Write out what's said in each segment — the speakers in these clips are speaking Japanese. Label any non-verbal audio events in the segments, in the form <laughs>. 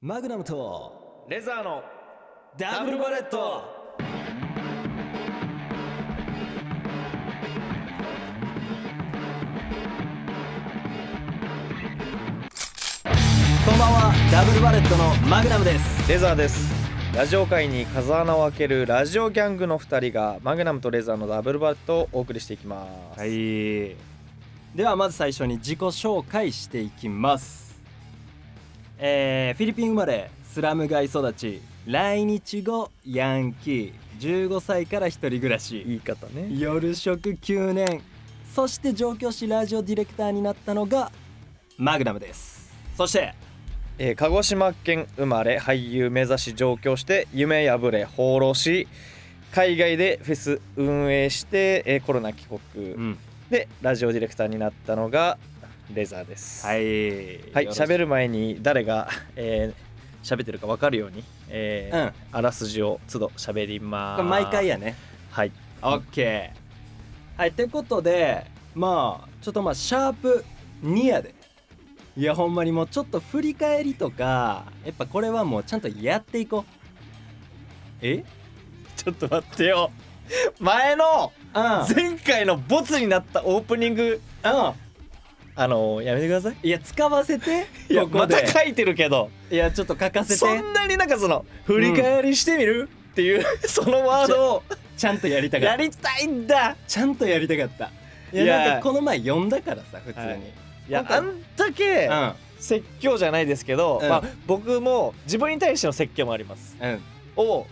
マグナムとレザーのダブルバレットこんばんはダブルバレットのマグナムですレザーですラジオ界に風穴を開けるラジオギャングの2人がマグナムとレザーのダブルバットをお送りしていきます、いではまず最初に自己紹介していきますえー、フィリピン生まれスラム街育ち来日後ヤンキー15歳から一人暮らし言い方ね夜食9年そして上京しラジオディレクターになったのがマグナムですそしてえー鹿児島県生まれ俳優目指し上京して夢破れ放浪し海外でフェス運営して、えーコロナ帰国、んでラジオディレクターになったのがレザーですいはい喋るる前に誰が、えー喋ってるか分かるように、えうーんあらすじを都度喋りまこすれ毎回やねはいオッケーはいってことでまあちょっとまあシャープ2やでいやほんまにもうちょっと振り返りとかやっぱこれはもうちゃんとやっていこうえちょっと待ってよ前のうんうん前回のボツになったオープニングあのやめてくださいいや使わせていやここまでた書いてるけどいやちょっと書かせそてんなになんかその振り返りしてみる、っていう <laughs> そのワードをちゃんとやりたかったやりたいんだちゃんとやりたかったいやいやなんかこの前読んだからさ普通に、はいいや今回あんだけ説教じゃないですけど、うんまあ、僕も自分に対しての説教もありますうんうんを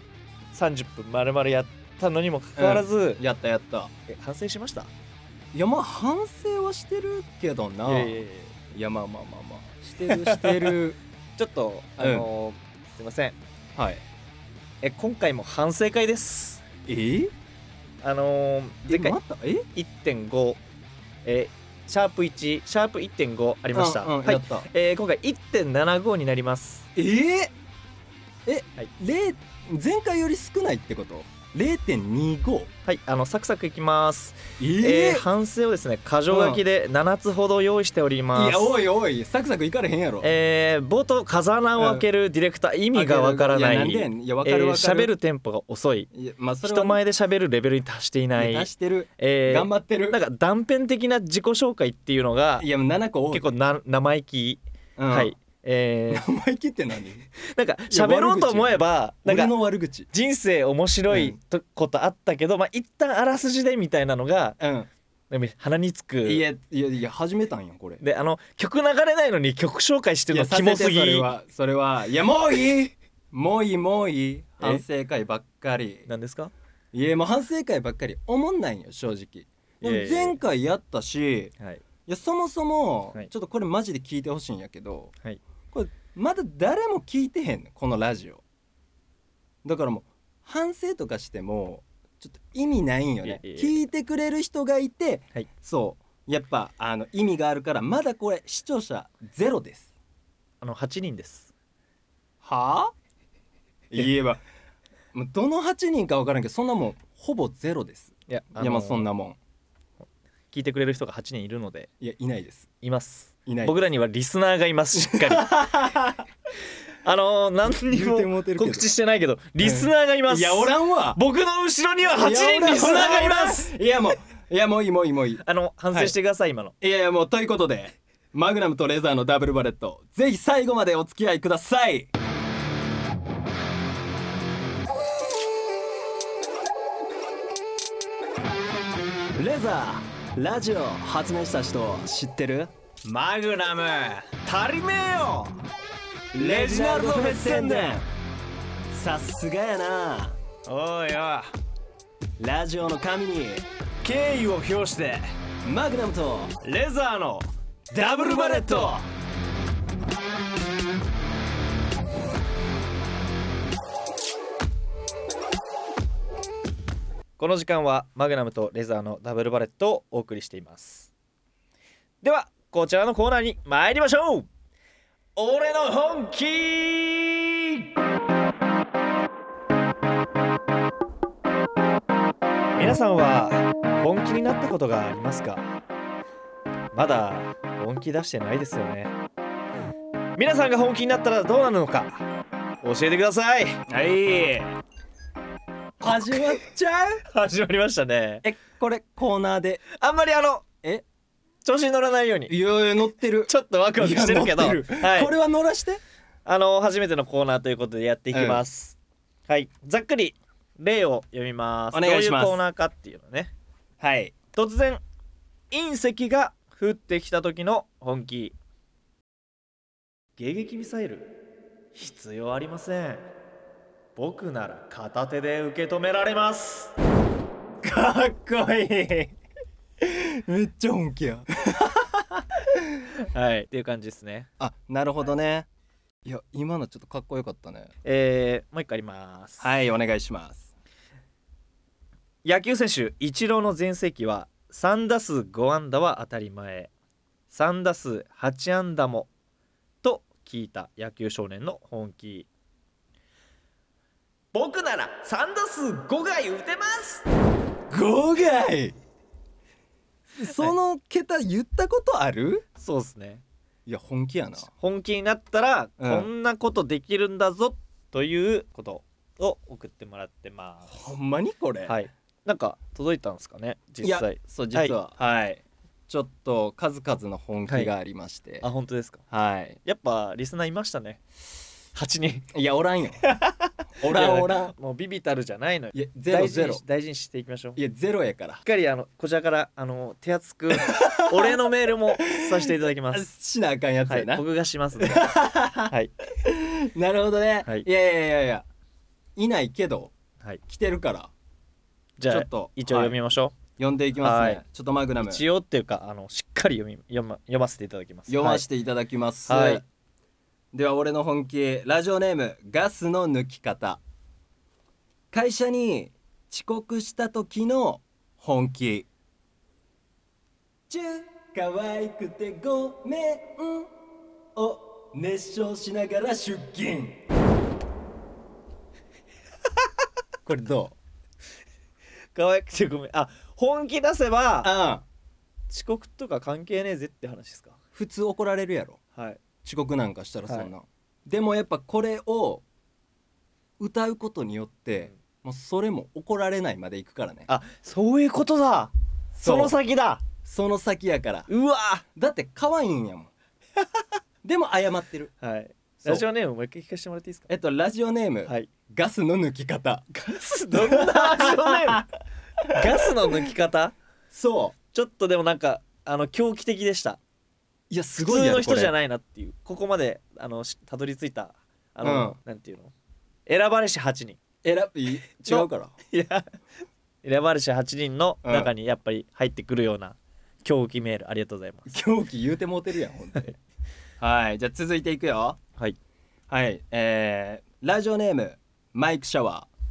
30分丸々やったのにもかかわらず、やったやったえ反省しましたいやまあ反省はしてるけどないやいやいやいやまあまあまあまあしてるしてる <laughs> ちょっとあのーすいませんはいえ今回も反省会ですえあのー前え回またえ1.5えーシャープ1シャープ1.5ありました、うんうんやはいっ、たえー今回1.75になりますえー、え、はい零前回より少ないってこと0.25はいあのサクサクいきますええーー反省をですね箇条書きで7つほど用意しておりますいやおいおいサクサクいかれへんやろえー冒頭風穴を開けるディレクター、意味がわからないやんでやねんいやわかえるーわかる、喋るテンポが遅いいやまあそれは人前で喋るレベルに達していない、出してるえー頑張ってるなんか断片的な自己紹介っていうのがいや7個多い結構な生意気、うんはい <laughs> えー生意気って何なんか喋ろうと思えばなん俺かの悪口人生面白いとことあったけど、まあ一旦あらすじでみたいなのがうんなんか鼻につくいやいやいや始めたんやこれであの曲流れないのに曲紹介しているやのさキせてモすそれぎはそれはいやもういいもういいもういい反省会ばっかりなんですかいやもう反省会ばっかりおもんないんよ正直でいやいもやいや前回やったしはいいやそもそもはいちょっとこれマジで聞いてほしいんやけどはいこれまだ誰も聞いてへんねんこのラジオだからもう反省とかしてもちょっと意味ないんよねいやいや聞いてくれる人がいて、はいそうやっぱあの意味があるからまだこれ視聴者ゼロですあの8人ですはあ <laughs> 言えばもうどの8人か分からんけどそんなもんほぼゼロですいやいやまあそんなもん聞いてくれる人が8人いるのでいやいないですいますいない僕らにはリスナーがいますしっ <laughs> かりあのー何に言うてももうてるけど告知してないけどリスナーがいます、いやおらんわ僕の後ろには8人リスナーがいますいやもういやもういいもういいもういいあの反省してください、今のいやいやもうということでマグナムとレザーのダブルバレットぜひ最後までお付き合いくださいレザーラジオ発明した人知ってるマグナム足りねえよレジナルドフェス宣伝さすがやなおいおラジオの神にい敬意を表してマグナムとレザーのダブルバレットこの時間はマグナムとレザーのダブルバレットをお送りしていますではこちらのコーナーに参りましょう俺の本気皆さんは本気になったことがありますかまだ本気出してないですよね皆さんが本気になったらどうなるのか教えてくださいはい始まっちゃう始まりましたねえこれコーナーであんまりあのえ調子に乗らないようにいやいや乗ってるちょっとワクワクしてるけどいや乗ってるはい、これは乗らしてあの初めてのコーナーということでやっていきます、はいざっくり例を読みますお願いしますどういうコーナーかっていうのねはい突然隕石が降ってきた時の本気迎撃ミサイル必要ありません僕なら片手で受け止められますかっこいいめっちゃ本気やはいっていう感じですねあなるほどねいや今のちょっとかっこよかったねえー、もう一回あります、はいお願いします野球選手イチローの全盛期は3打数5安打は当たり前3打数8安打もと聞いた野球少年の本気僕なら3打数5回打てます号外その桁言ったことある、そうですねい、や本気やな本気になったらうんこんなことできるんだぞということを送ってもらってます、ほんまにこれ、はいなんか届いたんですかねい実や際そう実ははい、ちょっと数々の本気がありましてあ本当ですかはい、やっぱリスナーいましたね8人い、やおらん <laughs> よおらんおらん <laughs> もうビビたるじゃないのよいやゼロ大事ゼにロし大事にしていきましょうしいやゼロやからっかりあのこちらからあの手厚くお礼のメールもさせていただきま <laughs> あすしなあかんやつはやいな、僕がします <laughs> ねはいなるほどね、はいい、やいやいやいやいないけどはい来てるからじゃちょあっと一応読みましょ読んでいきますね、はいちょっとマグナうム一応っていうかあのしっかり読み読ま読ませていただきます読ませていただきます、はいでは俺の本気ラジオネームガスの抜き方会社に遅刻した時の本気チュ可愛くてごめんを熱唱しながら出勤 <laughs> これどうはい可愛くてごめんあ本気出せばああ遅刻とか関係ねえぜって話ですか普通怒られるやろはい遅刻なんかしたらそんな、でもやっぱこれを歌うことによって、もうそれも怒られないまでいくからねあそういうことだそそうの先だその先やからうわだって可愛いんやも <laughs> んでも謝ってるはいそうラジオネームもう一回聞かせてもらっていいですかえっとラジオネーム、はいガスの抜き方ガスどんな味のね <laughs> ガスの抜き方そうちょっとでもなんかあの狂気的でしたいやす普ごい通やろの人じゃいないなっていうここまであのしたどり着いたあの、うんなんていうの選ばれし8人選ぶ <laughs> い違うからいや選ばれし8人の中にやっぱり入ってくるような狂気メールありがとうございます狂気言うてもうてるやんほんとにはいじゃあ続いていくよはいはい、えー、ラジオネームマイクシャワー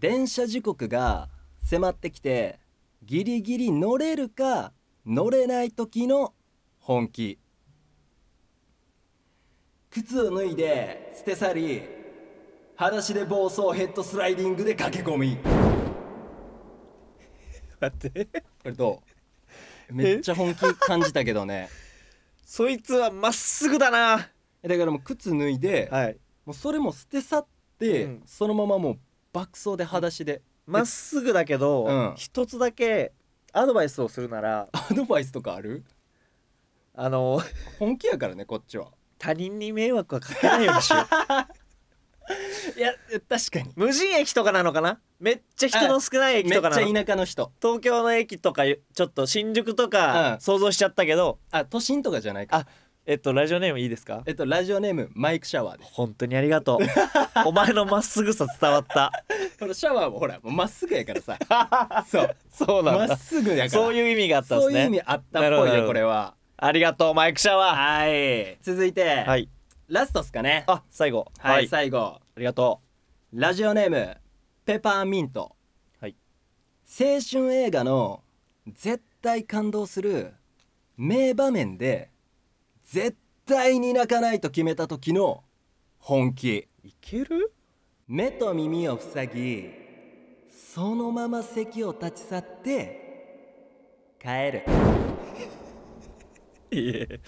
電車時刻が迫ってきてギリギリ乗れるか乗れない時の本気靴を脱いで捨て去り裸足で暴走ヘッドスライディングで駆け込みこ待ってれどうめっちゃ本気感じたけどね <laughs> そいつはまっすぐだなだからもう靴脱いで、はいもうそれも捨て去って、うんそのままもう爆走で裸足でまっすぐだけど、うん一つだけアドバイスをするならアドバイスとかあるあの本気やからねこっちは他人に迷惑はかけないようにしよ <laughs> ういや確かに無人駅とかなのかなめっちゃ人の少ないめっ駅ちとかなのゃ田舎の人東京の駅とかちょっと新宿とうかん想像しちゃったけど、あ都心とかじゃないかあえっとラジオネームいいですかえっとラジオネームマイクシャワーで本当にありが <laughs> とうお前のまっすぐさ伝わったすこのシャワーもほらもうまっすぐやから <laughs> さそうそうまなんっだすぐやからそういう意味があったんでそうすねいう意味あったっぽいなるほよどこれはありがとうマイクシャワはい続いて、ーはいラストっすかねあ最後はい、最後ありがとラジオネームペパーミントはい青春映画の絶対感動する名場面で絶対に泣かないと決めた時の本気ういける目と耳を塞ぎそのまま席を立ち去って帰るいえ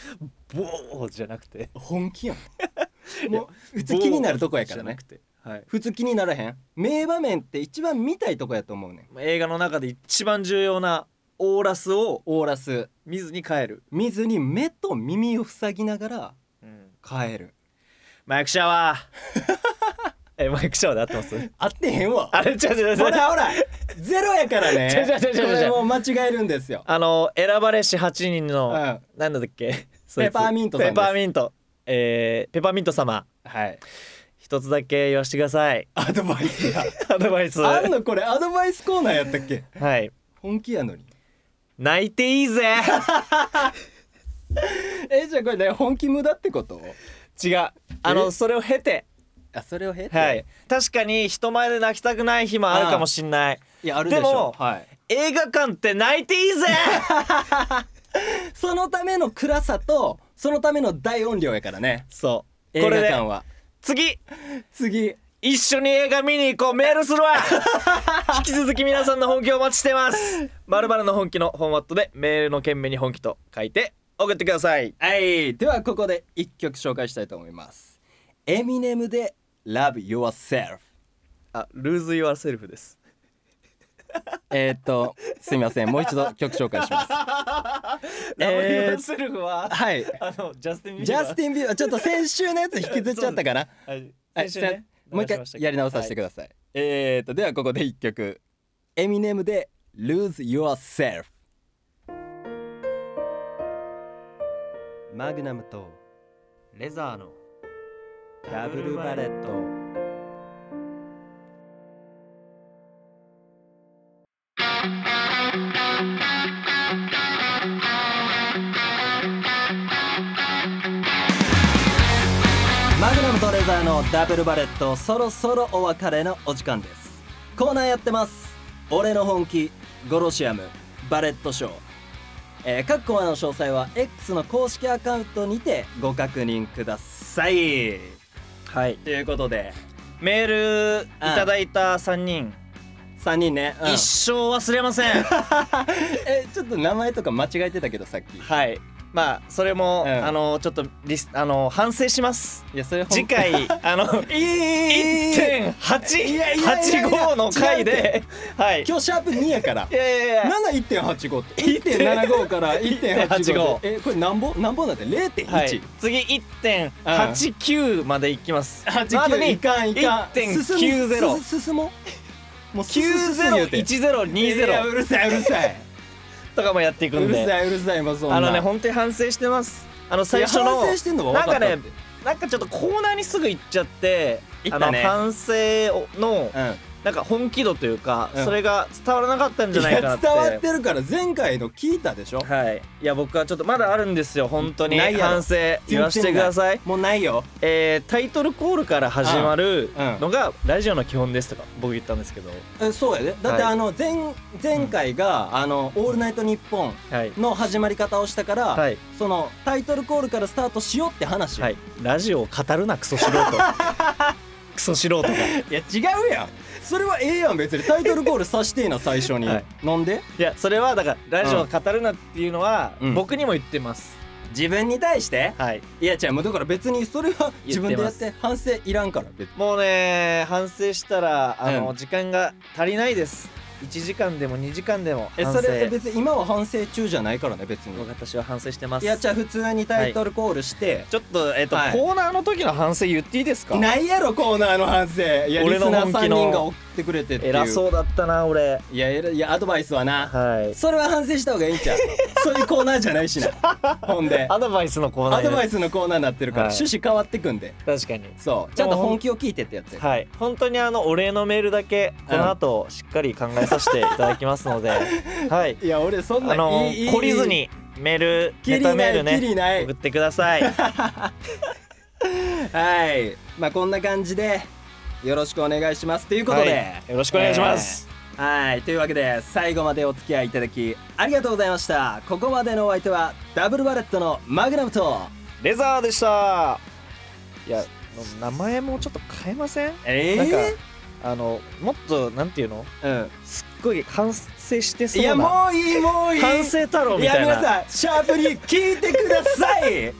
ボーじゃなくて本気や <laughs> んもう普通気になるとこやからボーじゃなねくてはい普通気にならへん名場面って一番見たいとこやと思うねん映画の中で一番重要なオーラスをオーラス見ずに帰る、見ずに目と耳を塞ぎながらうん、帰るマイクシャワ <laughs> ーえマイクシャワーで合ってます合ってへんわあれ違う違う違うほらほらゼロやからね違う違う違う違うこれもう間違えるんですよ、あの選ばれし8人うの、ん、はなんだっけそいつペパーミントさんですペパーミントえー、ペパーミント様い一つだけ言わしてくだ <laughs> さいアドバイスやアドバイスあんはのこれアドバイスコーナーやったっけい本気やのに泣いてい <laughs> いぜえじゃあこれね本気無駄ってこと違うあのそれを経てあそれを経てはい確かに人前で泣きたくない日もあるかもしんないいやあるでしょでもはい、映画館って泣いていいぜ <laughs> そのための暗さとそのための大音量やからねそう映こ画れで館は次次一緒に映画見に行こうメールする <laughs> わ引き続き皆さんの本気をお待ちしてますまるまるの本気のフォーマットでメールの件名に本気と書いて送ってくださいはいではここで一曲紹介したいと思いますエミネムで Love Yourself あ、ルーズ・ユア・セルフです。えーっとすみませんもう一度曲紹介しますルーズ・えーユア・セルフは、はい <laughs> あの、ジャスティン・ビーバー。ジャスティン・ビーバーちょっと先週のやつ引きずっちゃったかなはい、はい <laughs> 先週ねもう一回流しましたけどやり直させてくはださい、えーっとではここで一曲エミネムで Lose Yourself マグナムといレザーのダブルバレットマグナムとレザーのダブルバレットそろそろお別れのお時間ですコーナーやってます俺の本気ゴロシアムバレットショーえー各コーナーの詳細は X の公式アカウントにてご確認くださいはい。ということでメールいただいた3人、 3人ね、うん一生忘れません。えちょっと名前とか間違えてたけどさっきい <laughs> はい。まあ、それも、うんあの、ちょっとリス、あの、反省します。やそれほん次 <laughs> 回、あの、いいいやいやいやいや1.85の回で、はい。今日シャープ2やからいやいやいや。 7.85って1.75から1.85 1.85えこれなんぼなんぼなんて0.1、はい、次1.89までいきます。 89までいかんいかん1.90進む進もうもう進む進む言うていやう901020るさいうるさいとかもやっていくうんるで、さいうるさいもうそんなあのね本当に反省してます。あの最初いやの反省してんのは分かったなんかねなんかちょっとコーナーにすぐ行っちゃって、行あったのね反省のねなんか本気度というか、うんそれが伝わらなかったんじゃいないかなやって。伝わってるから前回の聞いたでしょはい、いや僕はちょっとまだあるんですよ本当にないやろ反省言わせてくださいもうないよえータイトルコールから始まるうんうんのがラジオの基本ですとか僕言ったんですけどえそうやでだってはいあの前前回が「あのオールナイトニッポンはい」の始まり方をしたから、はいそのタイトルコールからスタートしようって話、、はいいラジオを語るなクソ <laughs> 素人クソ素人がいや違うやんそれはええやん別にタイトルコールさして <laughs> えな最初に、はいなんでやそれはだからラジオを語るなっていうのはうん僕にも言ってます、自分に対してはいいや違うもうだから別にそれは自分でやっ言て反省いらんから別にもうね反省したらあの、うん時間が足りないです1時間でも2時間でもえ反省それ別に今は反省中じゃないからね別に私は反省してますいやじゃあ普通にタイトルコールして、ちょっと、えっとはいコーナーの時の反省言っていいですかないやろコーナーの反省いや俺リのスナー本3気の人が送ってくれてっていう偉そうだったな俺いや偉いいやアドバイスはなはいそれは反省した方がいいんちゃ <laughs> うそういうコーナーじゃないしなほんでアドバイスのコーナーアにドバイスのコーナーになってるから、はい趣旨変わってくんで確かにそうちゃんと本気を聞いてってやつやはい本当にあのお礼のメールだけこの後しっかり考えさせていただきます <laughs> のではいいや俺そんなあのいいいい懲りずにメール切ネりタなメールい、切ねりない送ってくださいはいまあこんな感じでよろしくお願いしますという <laughs> ことで、はいよろしくお願いします、えーはいというわけで最後までお付き合いいただきありがとうございましたここまでのお相手はダブルバレットのマグナムとレザーでしたいや名前もちょっと変えませんえなんかあのもっとなんていうのうんすっごい反省していそやうなもういいもういい反省太郎みたいなや皆さんシャープに聞いてください